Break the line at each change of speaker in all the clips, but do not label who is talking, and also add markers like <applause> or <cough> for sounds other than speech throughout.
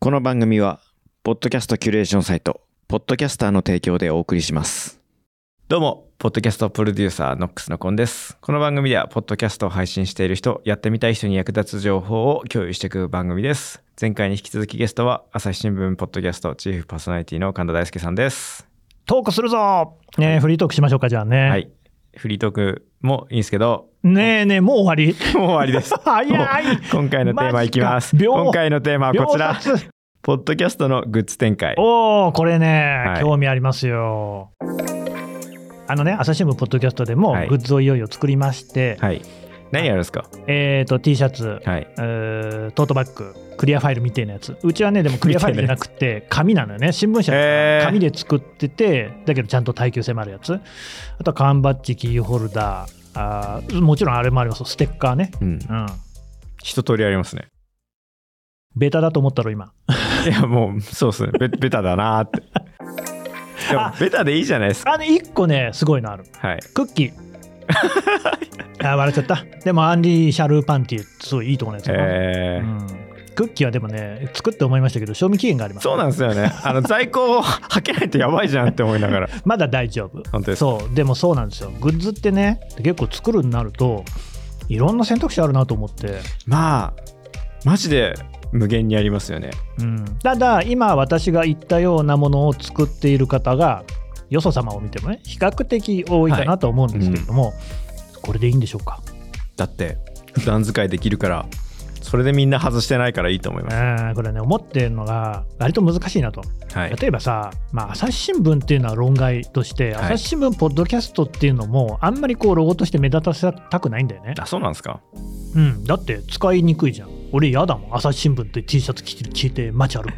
この番組は、ポッドキャストキュレーションサイト、ポッドキャスターの提供でお送りします。
どうも、ポッドキャストプロデューサー、ノックスのコンです。この番組では、ポッドキャストを配信している人、やってみたい人に役立つ情報を共有していく番組です。前回に引き続きゲストは、朝日新聞ポッドキャストチーフパーソナリティの神田大輔さんです。
トークするぞねえ、フリートークしましょうか、じゃあね。
はい。フリートークもいいんですけど、 <laughs>
ねえねえ、もう終わり。
もう終わりです。
<laughs> 早い
今回のテーマいきます。
マジか秒
今回のテーマはこちら。
秒殺
ポッドキャストのグッズ展開。
おおこれね、
はい
興味ありますよ。あのね、朝日新聞ポッドキャストでも
はい
グッズをいよいよ作りまして、
はい。何やるんですか
えっ、と、T シャツ、
はい。
えートートバッグ、クリアファイルみたいなやつ。うちは
<laughs>
ね、でもクリアファイルじゃなくて、紙なのよね。新聞社だから
へー
紙で作ってて、だけどちゃんと耐久性もあるやつ。あとは缶バッジ、キーホルダー、あーもちろんあれもあります、ステッカーね。
うん。
うん。
一通りありますね。
ベタだと思ったろ、今。
いやもうそうですねベベタだなーってでも
<laughs> あ
ベタでいいじゃないですか
あの1個ねすごいのある
はい
クッキ
<laughs>
ーあー笑っちゃったでもアンリー・シャルーパンティすごいいいとこのやつだな
え
う
ー
んクッキーはでもね作って思いましたけど賞味期限があります
そうなんですよねあの在庫をはけないとやばいじゃんって思いなが
<laughs>
ら
まだ大丈夫
本当です
そうでもそうなんですよグッズってね結構作るになるといろんな選択肢あるなと思って、
まあマジで無限にありますよね
うん、ただ今私が言ったようなものを作っている方がよそ様を見てもね比較的多いかなと思うんですけれども、これでいいんでしょうか
だって普段使いできるからそれでみんな外してないからいいと思います
うんこれね思ってるのが割と難しいなと
はい
例えばさ、まあ、朝日新聞っていうのは論外とし
は
て、
い
朝日新聞ポッドキャストっていうのもあんまりこうロゴとして目立たせたくないんだよね、
あそうなんですか
うん、だって使いにくいじゃん俺嫌だもん朝日新聞って T シャツ着て着て
<laughs>
街歩くの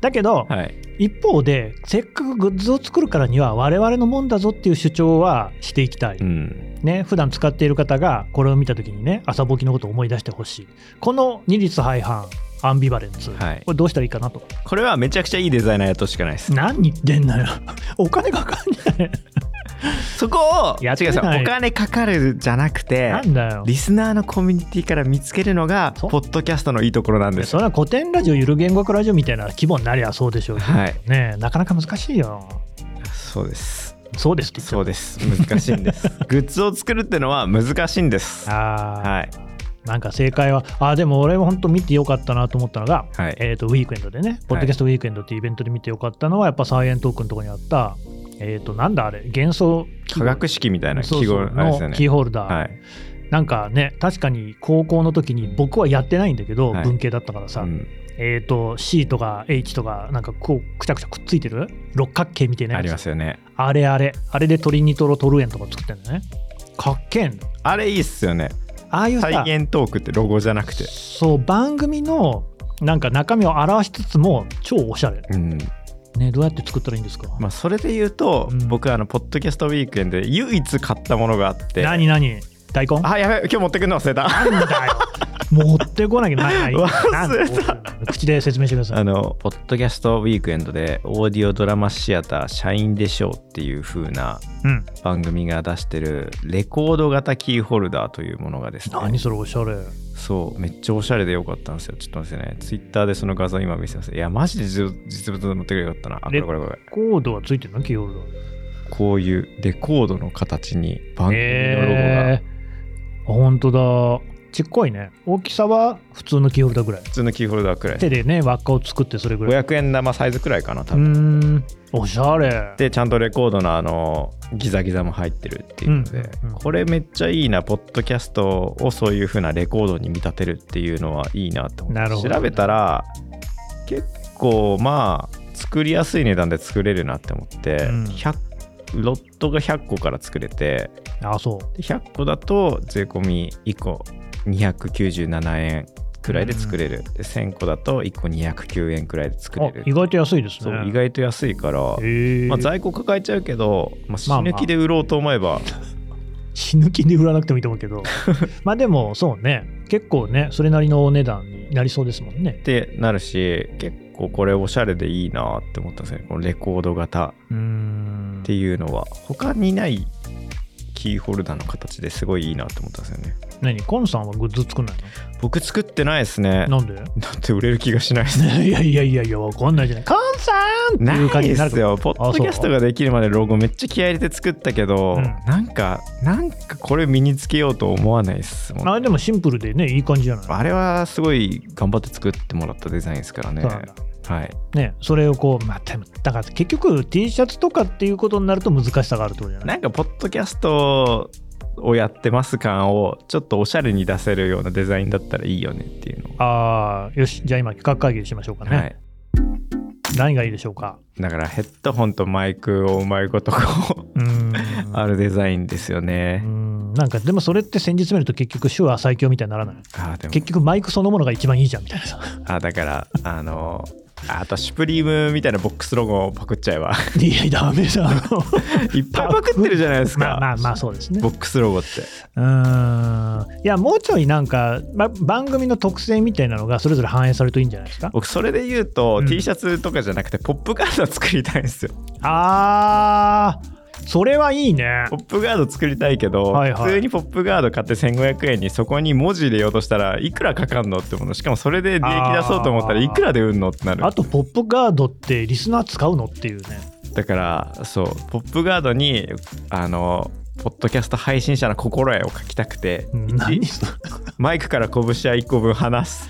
だけど、
はい
一方でせっかくグッズを作るからには我々のもんだぞっていう主張はしていきたい、
うん
ね普段使っている方がこれを見た時にね朝ぼきのことを思い出してほしいこの二律背反アンビバレンス、
はい
これどうしたらいいかなと
これはめちゃくちゃいいデザイナーやっとしかないです
何言ってんのよ <laughs> お金かかん
<laughs>
ない
そこを
やってない
違う違うお金かかるじゃなくて
なんだよ
リスナーのコミュニティから見つけるのが
そう
ポッドキャストのいいところなんです
それは古典ラジオゆる言語学ラジオみたいな規模になりゃそうでしょうけど
はい
ねえなかなか難しいよ
そうです
そうですって言っちゃ
そううです難しいんです
<laughs>
グッズを作るってのは難しいんですは
あー、
い
なんか正解はあーでも俺は本当見てよかったなと思ったのが、
はい
えー、とウィークエンドでねポッドキャストウィークエンドっていうイベントで見てよかったのはやっぱサイエントークのところにあったえっ、となんだあれ幻想記
化
号
学式みたいな
そう
記
そ
号
う
あれですよ
のキ
ね
ーホルダー、
はい、
なんかね確かに高校の時に僕はやってないんだけど、
はい
文系だったからさ、
うん
えー、と C とか H とかなんかこうくちゃくちゃくっついてる六角形みたいな
あ
やつ
りますよね
あれあれあれで鶏ニトロトルエンとか作ってんだよねかっけえんだ
あれいいっすよね
ああいうさ
再現トークってロゴじゃなくて
そう番組のなんか中身を表しつつも超おしゃれ
うん
ねどうやって作ったらいいんですか、
まあそれで言うと、
うん
僕あのポッドキャストウィークエンドで唯一買ったものがあって
何何大根
あやべえ今日持ってくるの忘れた
なん
<laughs>
だよ持ってこなきゃないないなん
忘れ
だ口で説明してくださ
あ
い
のポッドキャストウィークエンドでオーディオドラマシアター社員でしょうっていう風な
うん
番組が出してるレコード型キーホルダーというものがです
何
ね
それおしゃれ
そうめっちゃおしゃれでよかったんですよちょっと待ってねツイッターでその画像今見せますいやマジで実実物持ってくればよかったなあこれ
レ
これこれ
コードはついてるのキーホルダー
こういうレコードの形に番組のロゴが、
えー、ほんとだちっこいね大きさは普通のキーホルダーぐらい
普通のキーホルダーくらい
手でね輪っかを作ってそれぐらい
500円玉サイズくらいかな多
うー
分、
んおしゃれ
でちゃんとレコードのあのギザギザも入ってるっていうので、
うんうん
これめっちゃいいなポッドキャストをそういう風なレコードに見立てるっていうのはいいなと思って
なるほど
調べたら結構まあ作りやすい値段で作れるなって思って、
うん
100ロットが100個から作れて
あそう
で100個だと税込み1個297円くらいで作れる、で1000個だと1個209円くらいで作れ
あ
る
意外と安いです
そ
ね
う意外と安いから、
へえ
まあ、在庫抱えちゃうけど、まあ、死
まあ
ぬ気で売ろうと思えば、
死ぬ気で売らなくてもいいと思う
<laughs>
けどまあでもそうね結構ねそれなりのお値段になりそうですもんね
ってなるし結構これおしゃれでいいなって思ったんですよねこのレコード型
うーん
っていうのは他にないキーホルダーの形ですごいいいなと思ったんですよね
何コンさんはグッズ作んない
僕作ってないですね
のな
<laughs>
んで
だって売れる気がしないですね
いやいやいやいやわかんないじゃない <laughs> コンさんって
ないいう
感じにな
で
る
すよポッドキャストができるまでロゴめっちゃ気合い入れて作ったけど、
うん
なんかなんかこれ身につけようと思わないですもん
あれでもシンプルでねいい感じじゃない
あれはすごい頑張って作ってもらったデザインですからね
そうなんだ
はい
ね、それをこう、まあ、でもだから結局 T シャツとかっていうことになると難しさがあるってことじゃない
なんかポッドキャストをやってます感をちょっとおしゃれに出せるようなデザインだったらいいよねっていうのを
ああよしじゃあ今企画会議しましょうかね、
はい
何がいいでしょうか
だからヘッドホンとマイクをうまいことこ
うー
うんあるデザインですよ
うー
ね、
んなんかでもそれって先日見ると結局手話最強みたいにならない
あーでも
結局マイクそのものが一番いいじゃんみた
<laughs>
いなさ
あだからあのああとシュプリームみたいなボックスロゴをパクっちゃえば
<laughs> いやダメじゃん
いっぱいパクってるじゃないですか
まあまあまあそうですね
ボックスロゴって
うーんいやもうちょいなんか、ま、番組の特性みたいなのがそれぞれ反映されるといいんじゃないですか
僕それで言うと、
うん
T シャツとかじゃなくてポップガード作りたいんですよ
あーそれはいいね
ポップガード作りたいけど、
はいはい
普通にポップガード買って1500円にそこに文字入れようとしたらいくらかかんのってものしかもそれで利益出そうと思ったら
あー
いくらで売んのってなる
あと、ポップガードってリスナー使うのっていうね。
だからそうポップガードにあのポッドキャスト配信者の心得を書きたくて、一 <laughs>
<laughs> 何それ
マイクから拳は1個分離す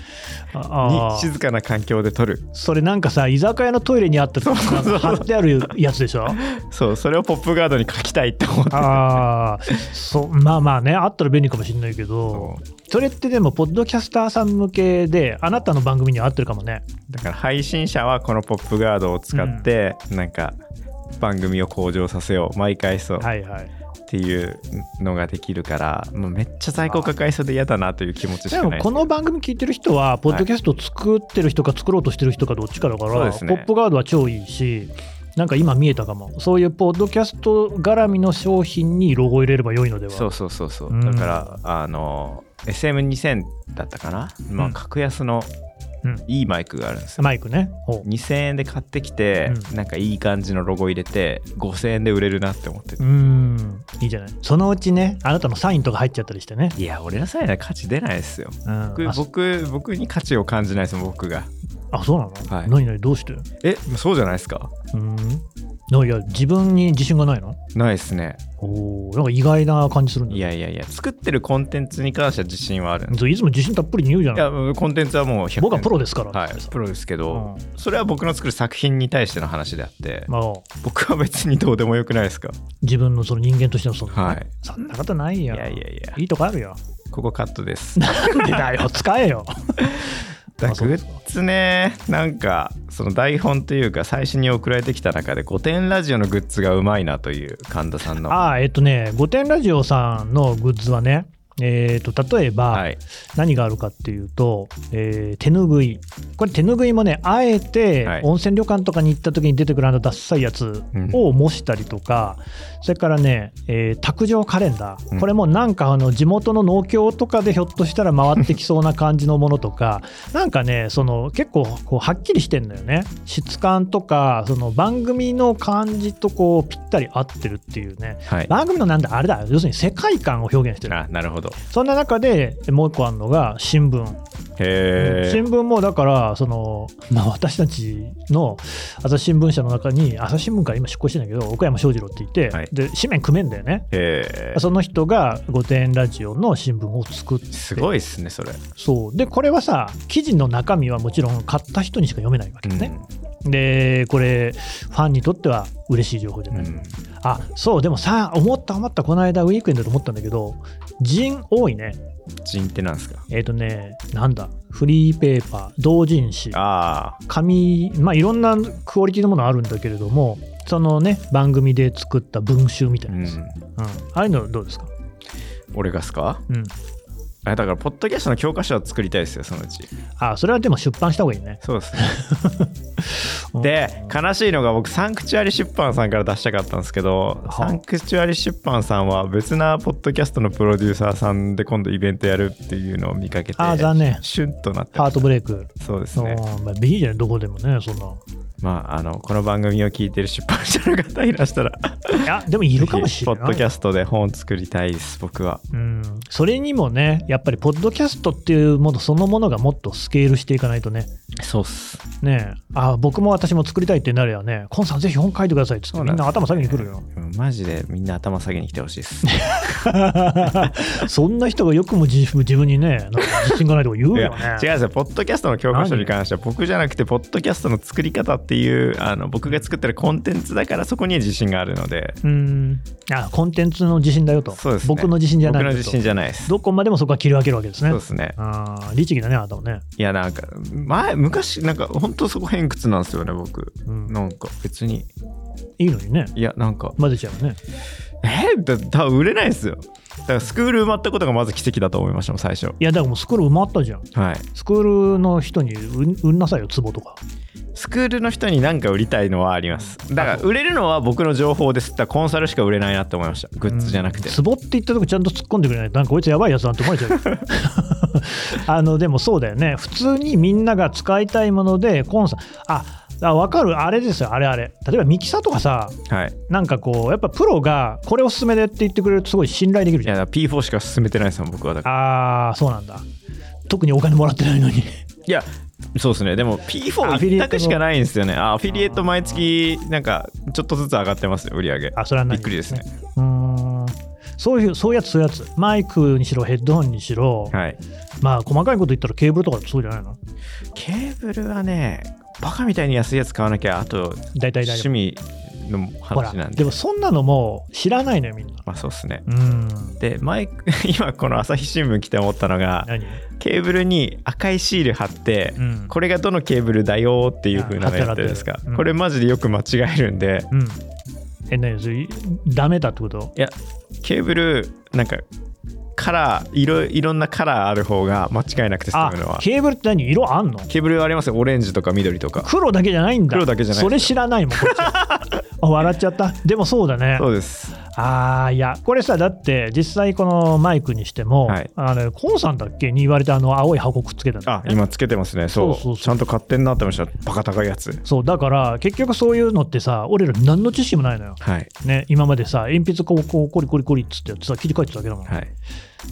あ
に
あ
静かな環境で撮る
それなんかさ、居酒屋のトイレにあった
そうそうそう
貼ってあるやつでしょ
<laughs> そうそれをポップガードに書きたいって思って
ああ、そう、まあまあね、あったら便利かもしれないけど
そ、
それってでも、ポッドキャスターさん向けで、あなたの番組には合ってるかもね。
だから配信者はこのポップガードを使って、なんか番組を向上させよう毎回そう、
はいはい。
っていうのができるからもうめっちゃ在庫抱えそうで嫌だなという気持ちし
で
か
も
ない、
この番組聞いてる人は、ポッドキャストを作ってる人か作ろうとしてる人かどっちかだから、
そう
ポ
ですね
ップガードは超いいし、なんか今見えたかも、そういうポッドキャスト絡みの商品にロゴ入れれば良いのでは。
そうそうそうそう、
うん
だからあの SM2000 だったかな、ま
う
あ、
ん
格安の
うん
いいマイクがあるんですよ、
マイクね。ほう
2000円で買ってきて、なんかいい感じのロゴ入れて5000円で売れるなって思って
うーん、いいじゃない。そのうちね、あなたのサインとか入っちゃったりしてね。
いや俺らさえな価値出ないですよ
うん、あ
僕僕僕に価値を感じないですもん僕が
あ、そうなの、
はい
何何どうしてう
えそうじゃないですか
ーん。ないや、自分に自信がないの
ないですね
おーなんか意外な感じするんだ
い
よ。
やいやいや作ってるコンテンツに関しては自信はあるんです
そういつも自信たっぷりに言うじゃ
いや
ない。
コンテンツはもう100点
僕はプロですから。
はい、プロですけ
う
ど
ん、
それは僕の作る作品に対しての話であって、
まあ、
僕は別にどうでもよくないですか
自分のその人間としてのその、
はい
そんなことない
い
よ。
やいやいや
いいとこあるよ。
ここカット
<laughs>
です
なんでだよ、使えよ。
<laughs> だ
あそう
グ
で
ッ
すか
ズねなんかその台本というか最初に送られてきた中で「御殿ラジオ」のグッズがうまいなという神田さんの
ああ、えっとね、御殿ラジオさんのグッズはね、えっと例えば、
はい
何があるかっていうと、えー手ぬぐいこれ手ぬぐいもねあえ
は
て
い
温泉旅館とかに行った時に出てくるあのダッサいやつを模したりとか、それからね、えー卓上カレンダー、
うん
これもなんかあの地元の農協とかでひょっとしたら回ってきそうな感じのものとかなんかねその結構こうはっきりしてんだよね質感とかその番組の感じとこうぴったり合ってるっていうね
はい
番組のなんだあれだ要するに世界観を表現してる
あなるほど
そんな中でもう一個あるのが新聞、
へ
新
え
聞もだからその、まあ、私たちの朝日新聞社の中に朝日新聞から今出向してんだけど岡山翔士郎っていて、
はい
で紙面組めんだよね
へえ
その人が「御殿ラジオ」の新聞を作って
すごいっすねそれ、
そうでこれはさ記事の中身はもちろん買った人にしか読めないわけ
う
だ
ん
ね、でこれファンにとっては嬉しい情報じゃ
う
ない、
ん
あそうでもさ思った思ったこの間ウィークエンドで思ったんだけど人多いね
人ってなんですか
えっ、とね、なんだ、フリーペーパー、同人誌、
あ
紙、まあ、いろんなクオリティのものあるんだけれども、そのね、番組で作った文集みた
あ
いうなやつ、うん
ん
ああいうのどうですか、
俺がっすか
うん、
あだからポッドキャストの教科書を作りたいですよそのうち
あ、それはでも出版した方がいいね。
そうですね
<laughs>
で悲しいのが僕サンクチュアリ出版さんから出したかったんですけど
はあ
サンクチュアリ出版さんは別なポッドキャストのプロデューサーさんで今度イベントやるっていうのを見かけて
あー残念
シュンとなって
ハートブレイク。
そうです
うん
ね
まあ、いいじゃない、どこでもね、そんな。
まあ、あの、この番組を聞いてる出版社の方いらしたら、
いやでもい
<laughs>
るかもしれない
ポッドキャストで本作りたいです、僕は。
うん、それにもねやっぱりポッドキャストっていうものそのものがもっとスケールしていかないとね
そうっす。
ねえあ僕も私も作りたいってなればねコンさんぜひ本書いてくださいっつって
そうな
み
んんです
な頭下げに来るよ
うんマジでみんな頭下げに来てほしいです。
<laughs> そんな人がよくも自自分にねなんか自信がないとか言う
いや
よ
違うん
ね
ですよ、ポッドキャストの教科書に関しては、僕じゃなくて、ポッドキャストの作り方っていう、あの僕が作ってるコンテンツだから、そこには自信があるので、
うんあコンテンツの自信だよと
そうですね
僕の自信じゃない
僕の
よと
自信じゃないです。
どこまでもそこは切り分けるわけですね
そうですね。
あー律儀だねあなたもね、
いや、なんか、前、昔、なんか、本当そこ偏屈なんですよね、僕。
うん、
なんか、別に、
いいのにね
いや、なんか、
混ぜちゃうね
えーだ多分売れないですよ。だから、スクール埋まったことがまず奇跡だと思いましたもん、最初。
いやだからもうスクール埋まったじゃん
はい。
スクールの人に売んなさいよ壺とか
スクールの人に何か売りたいのはあります。だから、売れるのは僕の情報です。だからコンサルしか売れないなって思いました。グッズじゃなくて。
壺って言ったとこちゃんと突っ込んでくれないとなんかこいつやばいやつなんて思われちゃう
<laughs>
あのでもそうだよね普通にみんなが使いたいものでコンさんああ分かるあれですよあれあれ例えばミキサーとかさ
はい。
なんかこうやっぱプロがこれおすすめでって言ってくれるとすごい信頼できる
い
じゃん
や、だから P4 しか進めてないですもん、僕はだから。
ああーそうなんだ特にお金もらってないのに
いや、そうですね。でも
アフィリエイ
4一
ト
択
の
しかないんですよね。あアフィリエイト毎月、なんか、ちょっとずつ上がってますよ、売り上げ。
あそれは何
びっくりですね。
うーんそういうそういうやつそういうやつマイクにしろヘッドホンにしろ、
はい。
まあ細かいこと言ったらケーブルとかそうじゃないの
ケーブルはね、バカみたいに安いやつ買わなきゃ、あと、
大体大
趣
丈夫
味の
ほら
話なん
で
で。
もそんなのもう知らないのよみんな
まあ、そうですね。
うん
で、マイク、 <laughs> 今この朝日新聞来て思ったのが、
何
ケーブルに赤いシール貼って、
うん
これがどのケーブルだよっていう風なのやってるんですか
あ貼ってる貼ってるうん
これマジでよく間違えるんで、
うんえ何それダメだってこと
いやケーブルなんかカラーいろいろんなカラーある方が間違いなくて進
あ
むのは
ケーブルって何色あんの
ケーブルはありますよオレンジとか緑とか
黒だけじゃないんだ
黒だけじゃない
それ知らないもんこっちはあ笑っちゃったでもそうだね
そうです
ああいやこれさだって実際このマイクにしても、
はい
あのコンさんだっけに言われてあの青い箱くっつけたんだよ
あ
ね
今つけてますねそう
そうそうそう
ちゃんと買ってんなって思いましたバカ高いやつ
そうだから結局そういうのってさ俺ら何の知識もないのよ、
はい
ね、今までさ鉛筆こうこうコリコリコリっつってやってさ切り替えてただけだもん、
はい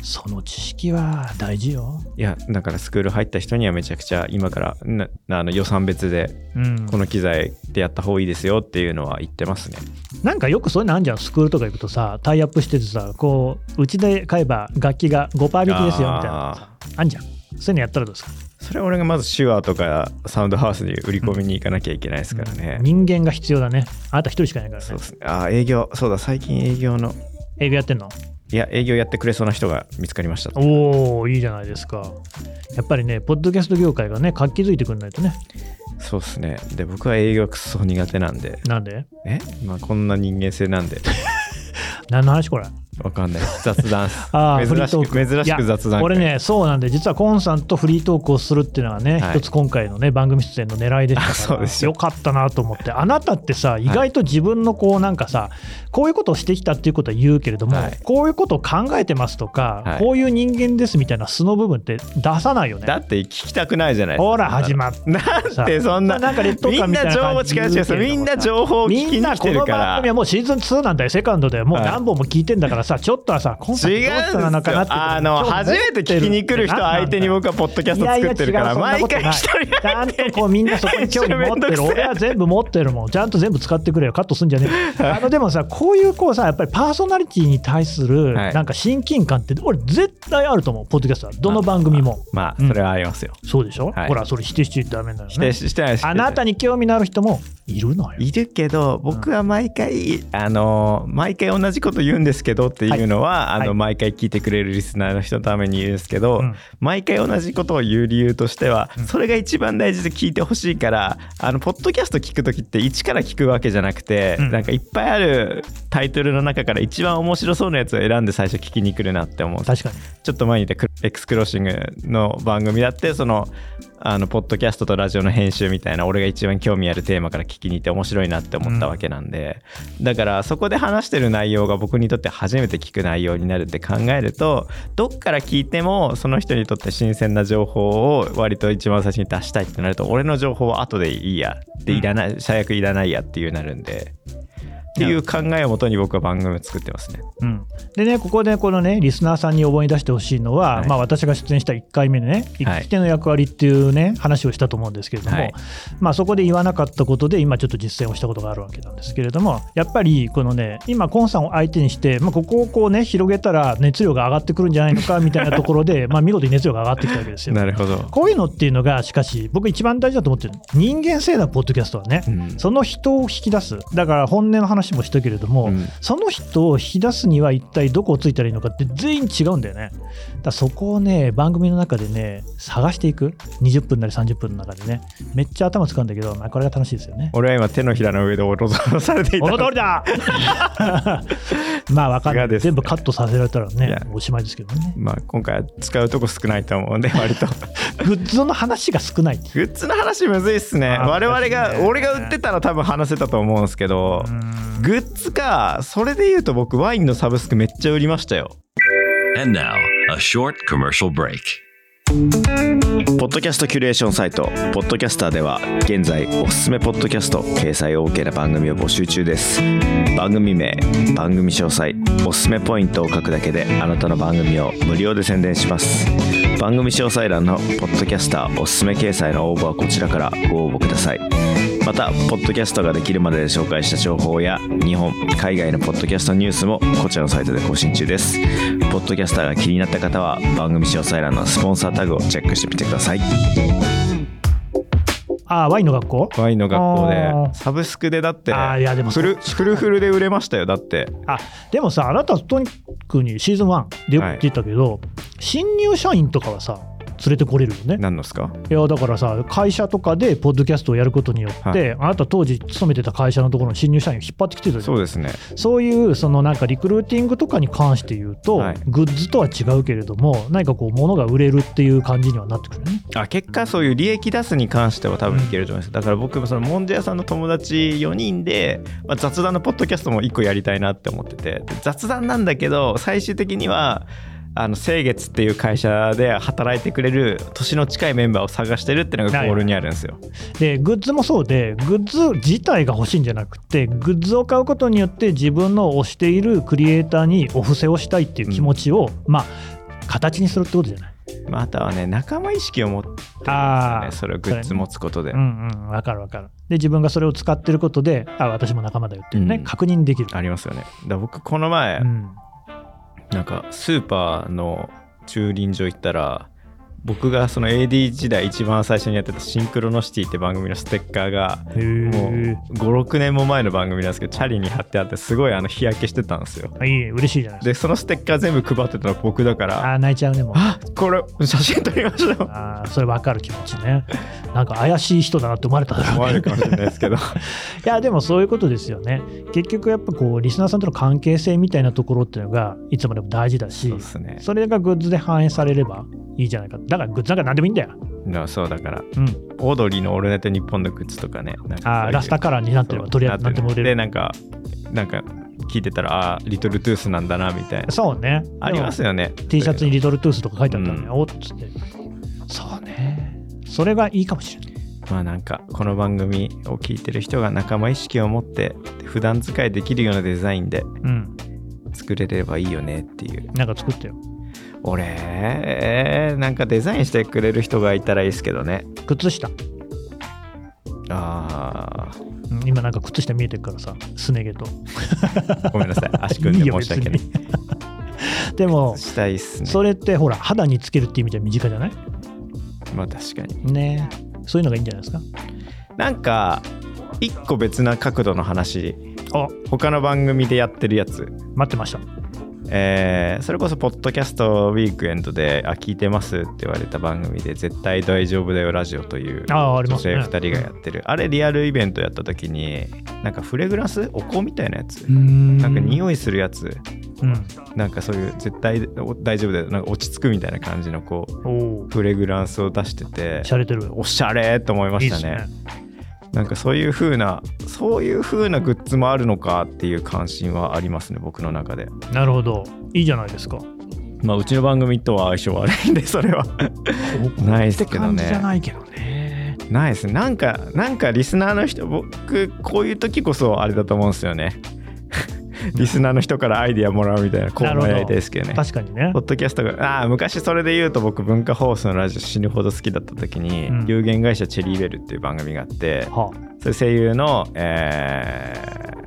その知識は大事よ、
いやだからスクール入った人にはめちゃくちゃ今からなあの予算別で
うん、
この機材でやった方がいいですよっていうのは言ってますね
なんかよくそういうのあんじゃんスクールとか行くとさタイアップしててさこううちで買えば楽器が5%引きですよみたいな
あー
あんじゃんそういうのやったらどうですか
それは俺がまず手話とかサウンドハウスに売り込みに行かなきゃいけないですからね、
人間が必要だねあなた一人しかいないから
そう
ね
ですねあー営業そうだ最近営業の
営業やってんの
いや営業やってくれそうな人が見つかりました
おおいいじゃないですかやっぱりねポッドキャスト業界がね活気づいてくんないとね
そうですねで僕は営業クソ苦手なんで
なんで
え、まあ、こんな人間性なんで <laughs>
何の話これ
わかんない雑談っす
<laughs> あーフリ
珍
ート
し
ーク
く珍しく雑
いや
談
俺ねそうなんで実はコンさんとフリートークをするっていうのがね、
はい
一つ今回のね番組出演の狙いでしたから
あ <laughs> そうですよ
よかったなと思ってあなたってさ意外と自分のこうなんかさ、こういうことをしてきたっていうことは言うけれども、
はい
こういうことを考えてますとか、
はい
こういう人間ですみたいな素の部分って出さないよね
だって聞きたくないじゃない
ほら始まっ
なんでそんな
なんか劣等
み
感
ん
みたい
な
な
情報
感じ
違う違うそうみんな情報を聞
み
き
ん
に
な
来
こ
て
の
るか
番
ら
組はもうシーズン2なんだよ、セカンドでもう
はい
何本も聞いてんだからさ、ちょっとはさ、コンサー
違
トどうした
う
ら
ん
な
です
かな
よ
ってこと
あの初めて聞きに来る人相手に僕はポッドキャスト作ってるから毎回一人
ちゃんと <laughs> こうみんなそこに興味持って
<laughs> めっちゃめんどく
る
せえ
俺は全部持ってるもんちゃんと全部使ってくれよカットすんじゃねえあのでもさこういうこうさやっぱりパーソナリティに対する
はい
なんか親近感って俺絶対あると思うポッドキャストはどの番組も
まあ
うん
それはありますよ、
そうでしょ、
はい
ほらそれ否定しちゃダメだよ
否定
ね
ししてないです
あなた
に
に興味のある人もいるのよ
いるけど僕は毎回、あの毎回同じこと言うんですけどっていうのは、あ
い
の
はい
毎回聞いてくれるリスナーの人のために言うんですけど、
うん
毎回同じことを言う理由としては、
うん
それが一番大事で聞いてほしいからあのポッドキャスト聞く時って一から聞くわけじゃなくて、
うん
なんかいっぱいあるタイトルの中から一番面白そうなやつを選んで最初聞きに来るなって思うんです
確かに
ちょっと前に言ったクエクスクロッシングの番組だってそのあのポッドキャストとラジオの編集みたいな俺が一番興味あるテーマから聞きに行って面白いなって思ったわけなんで、だからそこで話してる内容が僕にとって初めて聞く内容になるって考えるとどっから聞いてもその人にとって新鮮な情報を割と一番最初に出したいってなると俺の情報は後でいいやでいらない、最悪いらないやっていうなるんで。っていう考えをもとに僕は番組を作ってますね。
うん、でねここでこのねリスナーさんに思い出してほしいのは、
はい
まあ、私が出演した1回目でね「
はい
生きての役割」っていうね話をしたと思うんですけれども、
はい
まあ、そこで言わなかったことで今ちょっと実践をしたことがあるわけなんですけれどもやっぱりこのね今コンさんを相手にして、まあ、ここをこうね広げたら熱量が上がってくるんじゃない
<laughs>
のかみたいなところでまあ見事に熱量が上がってきたわけですよ。
なるほど。
こういうのっていうのがしかし僕一番大事だと思ってる人間性だポッドキャストはね、
うん
その人を引き出すだから本音の話もしたけれど
う
も、
ん
その人を引き出すには一体どこをついたらいいのかって全員違うんだよね。だからそこをね、番組の中でね、探していく。20分なり30分の中でね。めっちゃ頭使うんだけど、まあ、これが楽しいですよね。
俺は今手のひらの上でおろされていた
この通りだ <laughs> まあわか
さ
んな
すが
い、
ですね
全部カットさせられたら
い
ね
や、
おしまいですけどね。
まあ今回は使うとこ少ないと思うんで割と
グッズの話が少ない。
グッズの話むずいっすね
あー
我々
難し
が
いね
俺が売ってたら多分話せたと思うんですけど
うん
グッズかそれで言うと僕ワインのサブスクめっちゃ売りましたよ
And now, a short commercial break.
ポッドキャストキュレーションサイト「ポッドキャスター」では現在おすすめポッドキャスト掲載 OK な番組を募集中です番組名番組詳細おすすめポイントを書くだけであなたの番組を無料で宣伝します番組詳細欄の「ポッドキャスターおすすめ掲載」の応募はこちらからご応募くださいまたポッドキャストができるまでで紹介した情報や日本海外のポッドキャストニュースもこちらのサイトで更新中ですポッドキャスターが気になった方は番組詳細欄のスポンサータグをチェックしてみてください
ああ、ワインの学校
ワインの
あ
学校
ー
でサブスクでだって
ああ、いやでも
フルフルフルで売れましたよだって
あでもさ、あなた、トニックにシーズン1でよく聞いたけど、新入社員とかはさ、連れてこれるよね。
何のですか
いやだからさ、会社とかでポッドキャストをやることによって、
はい
あなた当時勤めてた会社のところの新入社員を引っ張ってきてたじゃ
そ
ん
うですね
そういうそのなんかリクルーティングとかに関して言うと、
はい
グッズとは違うけれども、何かこう、物が売れるっていう感じにはなってくるね。
あ結果そういう利益出すに関しては多分いけると思います、だから僕もそのもんじゃ屋さんの友達4人で、まあ、雑談のポッドキャストも1個やりたいなって思っててで雑談なんだけど最終的にはあの清月っていう会社で働いてくれる年の近いメンバーを探してるってのがゴールにあるんですよ。
でグッズもそうでグッズ自体が欲しいんじゃなくてグッズを買うことによって自分の推しているクリエイターにお布施をしたいっていう気持ちを、まあ形にするってことじゃない
まあ、あとはね仲間意識を持ってるんですよ
あ
ね
あ
それをグッズ持つことで、
うんうんわかるわかるで自分がそれを使ってることであ私も仲間だよっていうね、
うん
確認できる
ありますよね。だから僕この前、
うん
なんかスーパーの駐輪場行ったら僕がその AD 時代一番最初にやってた「シンクロノシティ」って番組のステッカーが
へ
もう
ー
56年も前の番組なんですけどチャリに貼ってあってすごいあの日焼けしてたんですよ
あいい嬉しいじゃないです
でそのステッカー全部配ってたの僕だか
からあー泣いちゃうね
<laughs>
もう
あこれ写真撮りましょう
あーそれわかる気持ちねなんか怪しい人だなって思われただろう
<laughs>
ね
思われるかもしれないですけど
いやでもそういうことですよね結局やっぱこうリスナーさんとの関係性みたいなところっていうのがいつまでも大事だし
そうですね
それがグッズで反映されればいいじゃないかだからグッズなんか何でもいいんだよ、
なそうだから
うん、
オードリーの「オールナイトニッポン」のグッズとかねなんかそう
あ
い
ー
う
ラスタカラーになってればとりあえず何でも売れ
で
る
なんかなんか聞いてたらあーリトルトゥースなんだなみたいな
そうね
あります
よ
よね
T シャツにリトルトゥースとか書いてあったらね、
うん
おっつってそうねそれがいいかもしれない
まあなんかこの番組を聞いてる人が仲間意識を持って普段使いできるようなデザインで
うん
作れればいいよねっていう
なんか作ってよ
俺えーなんかデザインしてくれる人がいたらいいですけどね
靴下、う
あ
ん今なんか靴下見えてるからさすね毛と
ーごめん
<laughs>
なさい足組んで申し訳ない
いいよ別に <laughs> でも
したいっすね
それってほら肌につけるって意味じゃ身近じゃない
まあ確かに
ねそういうのがいいんじゃないですか
なんか一個別な角度の話
あ
他の番組でやってるやつ
待ってました
えーそれこそ、ポッドキャストウィークエンドで、あ、聞いてますって言われた番組で、絶対大丈夫だよラジオという、
あーあり
女
ますね
性2人がやってる。あれ、リアルイベントやった時に、なんかフレグランスお香みたいなやつ。
ん
なんか匂いするやつ
うん、
なんかそういう絶対お大丈夫だよなんか落ち着くみたいな感じのこう
おお
フレグランスを出してて
しゃれてる
おしゃれと思いま
いい
し
で
た
すね
ねなんかそういう風なそういう風なグッズもあるのかっていう関心はありますね僕の中で
なるほどいいじゃないですか
まあうちの番組とは相性悪いんでそれはないです
って
けど
感じじゃ
ね
ないけどね
ないですねなんかなんかリスナーの人僕こういう時こそあれだと思うんですよねリスナーの人からアイディアもらうみたいなコーナーやりたいですけどね
確かにね
ポッドキャストがあー昔それで言うと僕文化放送のラジオ死ぬほど好きだった時に、
うん
有限会社チェリーベルっていう番組があって
は
それ声優の、えー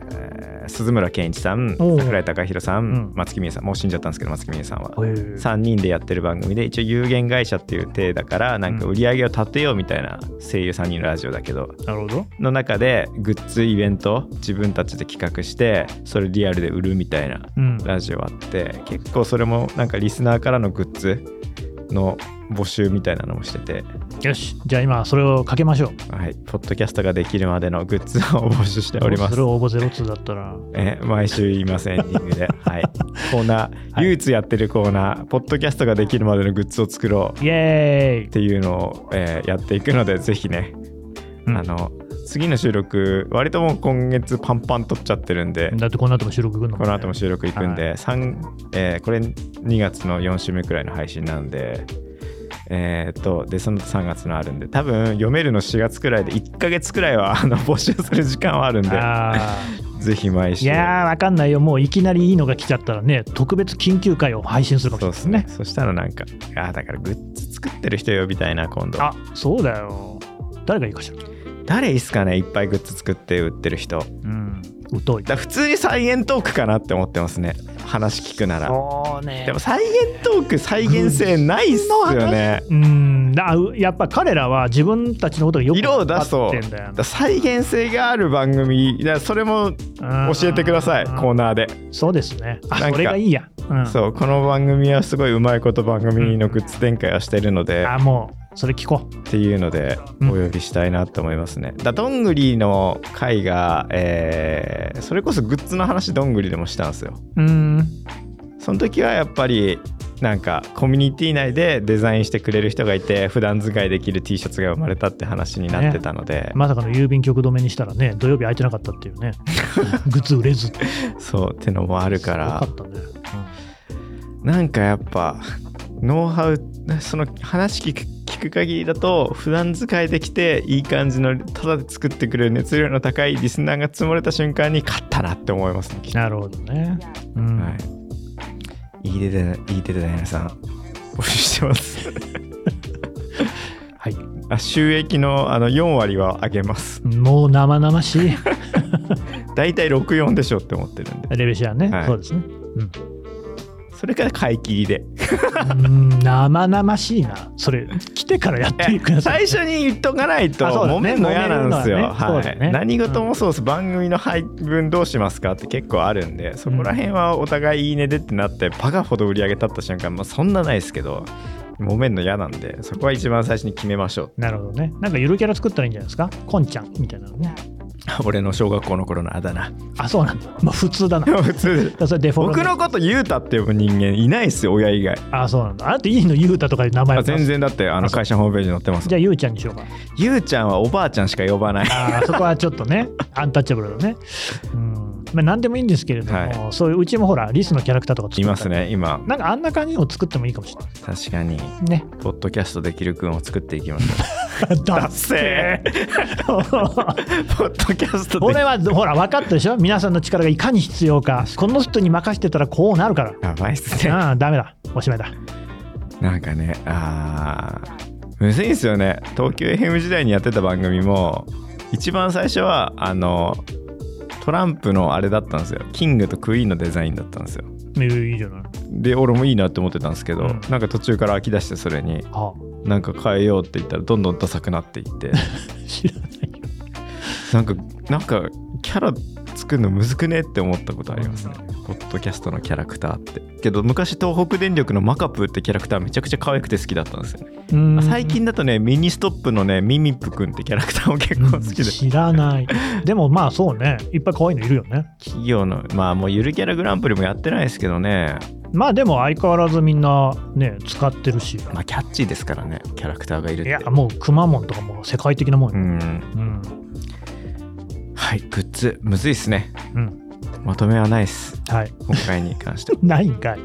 鈴村健一さん
おう
桜井貴弘さん、
うん
松木美恵さんもう死んじゃったんですけど松木美恵さんは
あへえ
3人でやってる番組で一応有限会社っていう体だからなんか売り上げを立てようみたいな声優3人のラジオだけど
なるほど
の中でグッズイベント自分たちで企画してそれリアルで売るみたいな
うん
ラジオあって結構それもなんかリスナーからのグッズの募集みたいなのもしてて、
よしじゃあ今それをかけましょう
はい、ポッドキャストができるまでのグッズを募集しておりま
そ
す
れ。応募ゼロツーだったら
え毎週言いますエンディング
<laughs>
で、はい、コーナー、唯一やってるコーナーポッドキャストができるまでのグッズを作ろうっ
イエーイ
ていうのを、えーやっていくのでぜひね、
うん
あの次の収録割ともう今月パンパン取っちゃってるんで、
だってこの後も収録来るの
この後も収録行くんで、三えーこれ2月の4週目くらいの配信なんで、えーっと、で、その後3月のあるんで、多分読めるの4月くらいで、1ヶ月くらいはあの募集する時間はあるんで、
あ
<laughs> ぜひ毎
ーい
週。
やーわかんないよもういきなりいいのが来ちゃったらね特別緊急会を配信するかもし
そう
れな
で
いですす
ねそ
ね。
したらなんか、ああ、だからグッズ作ってる人呼びたいな、今度。
あそうだよ誰がいいかしら
誰いいっすかね、いっぱいグッズ作って売ってる人。
うん疎い
だ普通に再現トークかなって思ってますね、話聞くなら。
そうね
でも再現トーク、再現性ないっすよね。
うんだうやっぱ彼らは自分たちのことがよく
色を
分
出
か
そう
ってんだよ
だから再現性がある番組だからそれも
な
教えてください
うん
コーナーで、
そうですねあ
なんか
それがいいや、うん、
そうこの番組はすごいうまいこと番組のグッズ展開をしてるので、
あもうそれ聞こう
っていうのでお
うん
呼びしたいなと思いますね、だどんぐりの回が、えーそれこそグッズの話どんぐりでもしたんですよ
うん
その時はやっぱりなんかコミュニティ内でデザインしてくれる人がいて普段使いできる T シャツが生まれたって話になってたので、
まさかの郵便局止めにしたらね土曜日空いてなかったっ
<laughs>
ていうねグッズ売れずって
そうってのもあるから
すごかったね
なんかやっぱノウハウその話聞く聞く限りだと普段使いできていい感じのただで作ってくれる熱量の高いリスナーが積もれた瞬間に勝ったなって思いますねきっと
なるほどねうん、
はい、いいデザイナいいデザイナーさん募集してます
<laughs> はい
あ収益のあの4割は上げます
もう生々しい
<laughs> 大体64でしょって思ってるんで
レベシアね、
はい
そうですね
それから買い切りで
うん生々しいなそれ来てからやってください
<laughs> 最初に言っとかないと
あそうだ
揉
ね
めんの嫌なんですよ、
揉めるのはね
は
そうだ
い
よね
何事もそうです、番組の配分どうしますかって結構あるんでそこら辺はお互いいいねでってなってバカほど売り上げ立った瞬間、まあ、そんなないですけど揉めんの嫌なんでそこは一番最初に決めましょう <laughs>
なるほどねなんかゆるキャラ作ったらいいんじゃないですかこんちゃんみたいなのね
俺の小学校の頃のあだ名
あそ
<laughs>
うなんだまあ普通だな
普通で
それデフォルメ
僕のこと言うたって呼ぶ人間いないですよ親以外
あそうなんだあなたいいのゆうたとかで名前
あ
を出す
全然だってあの
あそう
会社ホームページに載ってます
じゃあゆうちゃんにしようか
ゆうちゃんはおばあちゃんしか呼ばない
あーそこはちょっとねアンタッチャブルだねうんまあ何でもいいんですけれども、
は
そういううちもほらリスのキャラクターとか作
い
った
ますね今
なんかあんな感じのを作ってもいいかもしれない
確かに
ね
<laughs> ポッドキャストできるくんを作っていきますっ
だ
せ <laughs> ポッドキャスト
<laughs> 俺
で
はほら分かったでしょ皆さんの力がいかに必要かこの人に任せてたらこうなるから
やばいっすね
ああダメだおしまいだ
なんかねあーむずいんすよね東京 FM 時代にやってた番組も一番最初はあのトランプのあれだったんですよキングとクイーンのデザインだったんですよ
いいいじゃない
で俺もいいなって思ってたんですけど、
うん
なんか途中から飽き出してそれに
ああ
なんか変えようって言ったらどんどんダサくなっていって <laughs>
知らないよ
なんかなんかキャラ作るのむずくねって思ったことありますねポッドキャストのキャラクターってけど昔東北電力のマカプーってキャラクターめちゃくちゃ可愛くて好きだったんですよね、
うん
最近だとねミニストップのねミミップくんってキャラクターも結構好きで、
知らないでもまあそうねいっぱい可愛いのいるよね
企業のまあもうゆるキャラグランプリもやってないですけどね
まあでも相変わらずみんなね使ってるし
まあキャッチーですからねキャラクターがいるっ
い
て
やもうくまモンとかもう世界的なもん
う
よ、
ん
うん
はいグッズむずいっすね
うん
まとめはないっす
はい
今回に関しては
ないんかい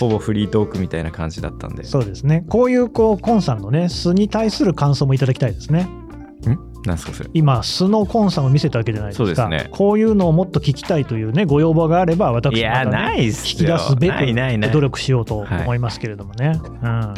ほぼフリートークみたいな感じだったんで
そうですねこういうこうコンさんのね素に対する感想もいただきたいですね
んなんすかそれ
今素のコンさんを見せたわけじゃないですか
そうですね
こういうのをもっと聞きたいというねご要望があれば私
いや
またね
ないっすよ
引き出すべ
ないないな
く
い
努力しようと思いますけれどもね、うん、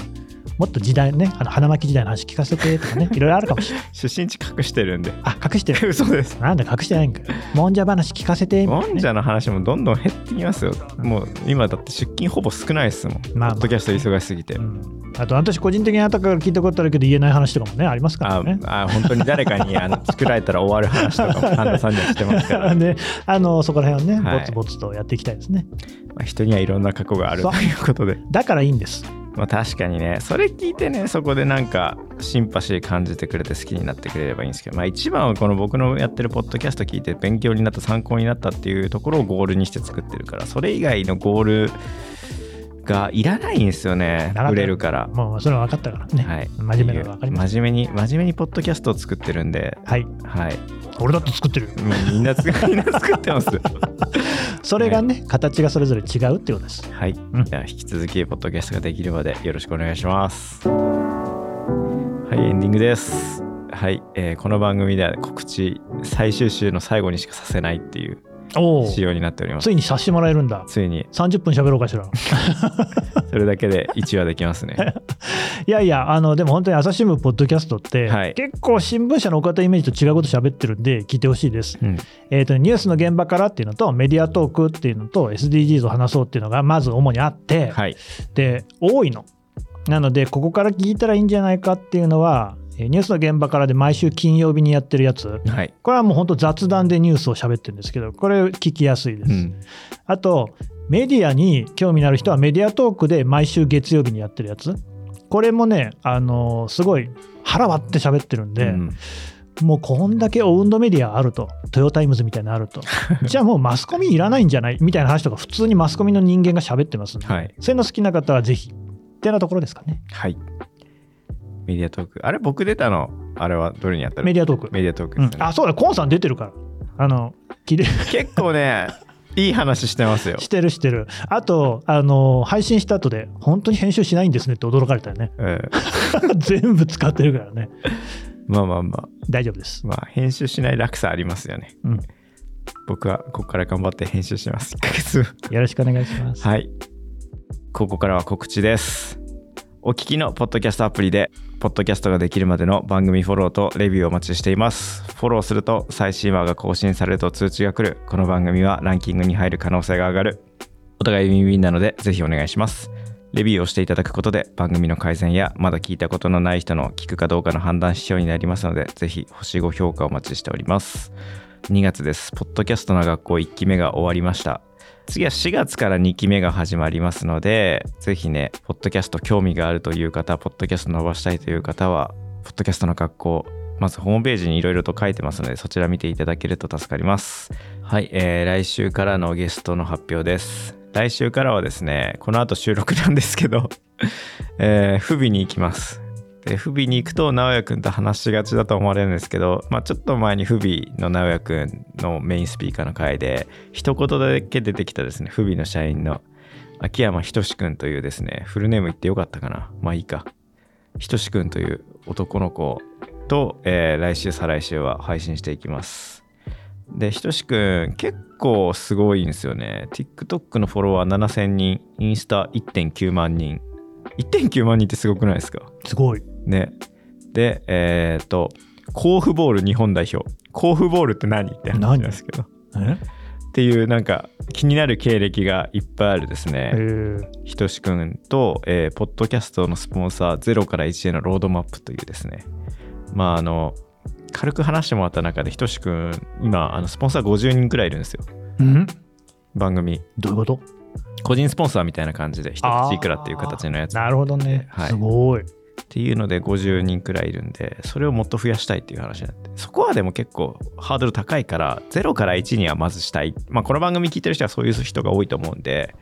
もっと時代ねあの花巻時代の話聞かせてとか
<laughs>
ねいろいろあるかもしれない
出身地隠してるんで
あ隠してる
<laughs> 嘘です
なんだ隠してないんかよもんじゃ話聞かせてみたい
も
なね
んじゃの話もどんどん減ってきますよ。もう今だって出勤ほぼ少ないですもん。
まあ
ポッドキャスト忙しすぎて。
うんあと私個人的にあなたから聞いたことあるけど言えない話とかもねありますから
あ
ね
あ本当に誰かにあの作られたら終わる話とかも神田さんにはしてます
<laughs>
から、
ね、あのそこら辺はね、
はい
ぼつぼつとやっていきたいですね。
まあ、人にはいろんな過去がある
そ
と
う
いうことで、
だからいいんです。
まあ、確かにねそれ聞いてねそこでなんかシンパシー感じてくれて好きになってくれればいいんですけど、まあ、一番はこの僕のやってるポッドキャスト聞いて勉強になった参考になったっていうところをゴールにして作ってるからそれ以外のゴールがいらないんですよね
なかった
売れるから。
もうそれは分かったからね。
はい、
真面目なの分かります。
真面目に真面目にポッドキャストを作ってるんで、
はい、
はい、
俺だって作ってるよ。
もうみんなつ <laughs> みんな作ってます。
それがね、形がそれぞれ違うってことです。
はい、
ん
じゃあ引き続きポッドキャストができるまでよろしくお願いします。はい、エンディングです。はい、えーこの番組では告知最終週の最後にしかさせないっていう
おお、
仕様になっております。
ついに察してもらえるんだ。
ついに
30分喋ろうかし
<laughs>
ら。
それだけで1話できます
<laughs>
ね。
いやいや、あのでも本当に朝日新聞、ポッドキャストって、
はい
結構新聞社のお方イメージと違うこと喋ってるんで、聞いてほしいです。
うん、
えー、とニュースの現場からっていうのと、メディアトークっていうのと、SDGs を話そうっていうのが、まず主にあって、
はい、
で多いのなのでここから聞いたらいいんじゃないかっていうのはえーニュースの現場からで毎週金曜日にやってるやつ
はい、
これはもうほんと雑談でニュースを喋ってるんですけどこれ聞きやすいで
う
す、
ん、
あとメディアに興味のある人はメディアトークで毎週月曜日にやってるやつこれもねあのーすごい腹割って喋ってるんで、
うん
もうこんだけオウンドメディアあるとトヨタイムズみたいなの
<laughs>
あるとじゃあもうマスコミいらないんじゃないみたいな話とか普通にマスコミの人間が喋ってますんで、
はい、
そういうの好きな方はぜひ。ってなところですかね。
はい。メディアトーク、あれ僕出たの、あれはどれにやったの
メディアトーク。
メディアトーク
う
で
ん
す、よね。
あ、そうだ、コンさん出てるから。あの、聞いて
結構
<laughs>
ね、いい話してますよ
し。てるしてる。あと、あの、配信した後で、本当に編集しないんですねって驚かれたよね。 <laughs>
うん、
全部使ってるからね。
まあまあま
大丈夫です
あ、。まあ、編集しない落差ありますよね。
うん。
僕はここから頑張って編集します。1ヶ月。
よろしくお願いします。
はい。ここからは告知です。お聞きのポッドキャストアプリで、ポッドキャストができるまでの番組フォローとレビューをお待ちしています。フォローすると最新話が更新されると通知が来る。この番組はランキングに入る可能性が上がる。お互いウィンウィンなので、ぜひお願いします。レビューをしていただくことで番組の改善やまだ聞いたことのない人の聞くかどうかの判断指標になりますので、ぜひ星5評価をお待ちしております。2月です。ポッドキャストの学校1期目が終わりました。次は4月から2期目が始まりますので、ぜひね、ポッドキャスト興味があるという方、ポッドキャスト伸ばしたいという方は、ポッドキャストの学校、まずホームページにいろいろと書いてますので、そちら見ていただけると助かります。はい、えー来週からのゲストの発表です。来週からはですね、この後収録なんですけど、 <laughs> えー不備に行きます。で不備に行くと直哉くんと話しがちだと思われるんですけど、まあ、ちょっと前に不備の直哉くんのメインスピーカーの回で一言だけ出てきたですね不備の社員の秋山仁くんというですねフルネーム言ってよかったかなまあいいか仁くんという男の子と、えー来週再来週は配信していきますで仁くん結構すごいんですよね TikTok のフォロワー7000人インスタ1.9万人1.9万人ってすごくないですか
すごい。
ね。で、えっ、と、甲府ボール日本代表。甲府ボールって何って話なんですけど。っていう、なんか、気になる経歴がいっぱいあるです
え
ね。
ー
ひとしくんと、えーポッドキャストのスポンサー0から1へのロードマップというですね。まあ、あの、軽く話してもらった中で、ひとしくん、今、あのスポンサー50人くらいいるんですよ。
うん
番組
どういうこと
個人スポンサーみたいな感じで一口いくらっていう形のやつ
なるほどね、
はい
すごい
っていうので50人くらいいるんでそれをもっと増やしたいっていう話になってそこはでも結構ハードル高いから0から1にはまずしたい、まあ、この番組聞いてる人はそういう人が多いと思うんで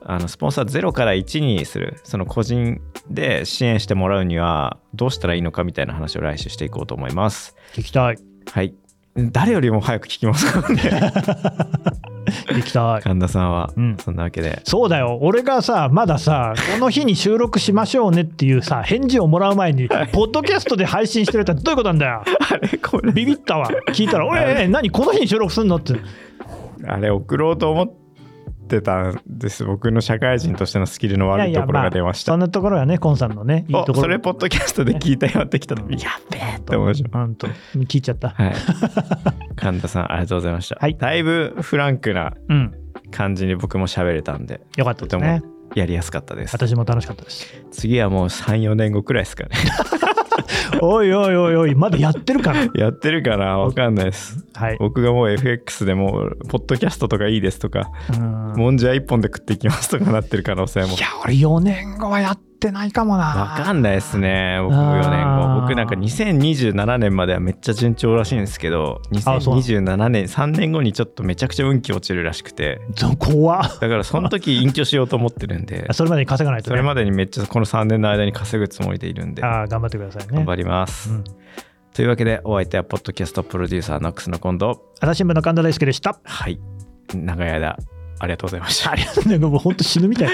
あのスポンサー0から1にするその個人で支援してもらうにはどうしたらいいのかみたいな話を来週していこうと思います
聞きたい
はい誰よりも早く聞きますからね
聞
<laughs>
きたい
神田さんは、
うん
そんなわけで
そうだよ俺がさまださこの日に収録しましょうねっていうさ返事をもらう前にポッドキャストで配信してるってどういうことなんだよ
あれこれ
ビビったわ聞い
<laughs>
たら「おいおいおい何この日に収録すんの?」って
あれ送ろうと思ってたんです僕の社会人としてのスキルの悪いところが出ました
そんなところがねコンさんのねいいとこ
お
ろ
それポッドキャストで聞いたよってきた
<laughs>
時、やっべえって思いました。
うんと聞いちゃった、
はい。神田さん、ありがとうございました。
はい
だいぶフランクな
うん
感じに僕も喋れたんで、
よかっ
と
たです
て
ね
もやりやすかったです。
私も楽しかったです
次はもう3、4年後くらいですかね。
<laughs> おいおいおいおいまだやってるから
やってるかなわかんないです。
はい
僕がもう FX でもう、ポッドキャストとかいいですとか、
うん
もんじゃ一本で食っていきますとかなってる可能性も。
いや俺4年後はやってないかもな
わかんないですね、僕も4年
あー
後。僕なんか2027年まではめっちゃ順調らしいんですけど、
あそう
2027年、3年後にちょっとめちゃくちゃ運気落ちるらしくて、
そう怖っ
だからその時隠居しようと思ってるんで、
それまでに稼がないと、
そ
ね、
れまでにめっちゃこの3年の間に稼ぐつもりでいるんで、
ああ頑張ってくださいね
頑張ります。
うん
というわけで、お相手はポッドキャストプロデューサーノックスの近藤。
朝日新聞の神田大輔でした。 <laughs>
はい、長い間ありがとうございました
あ。れなんかもう本当死ぬみたい。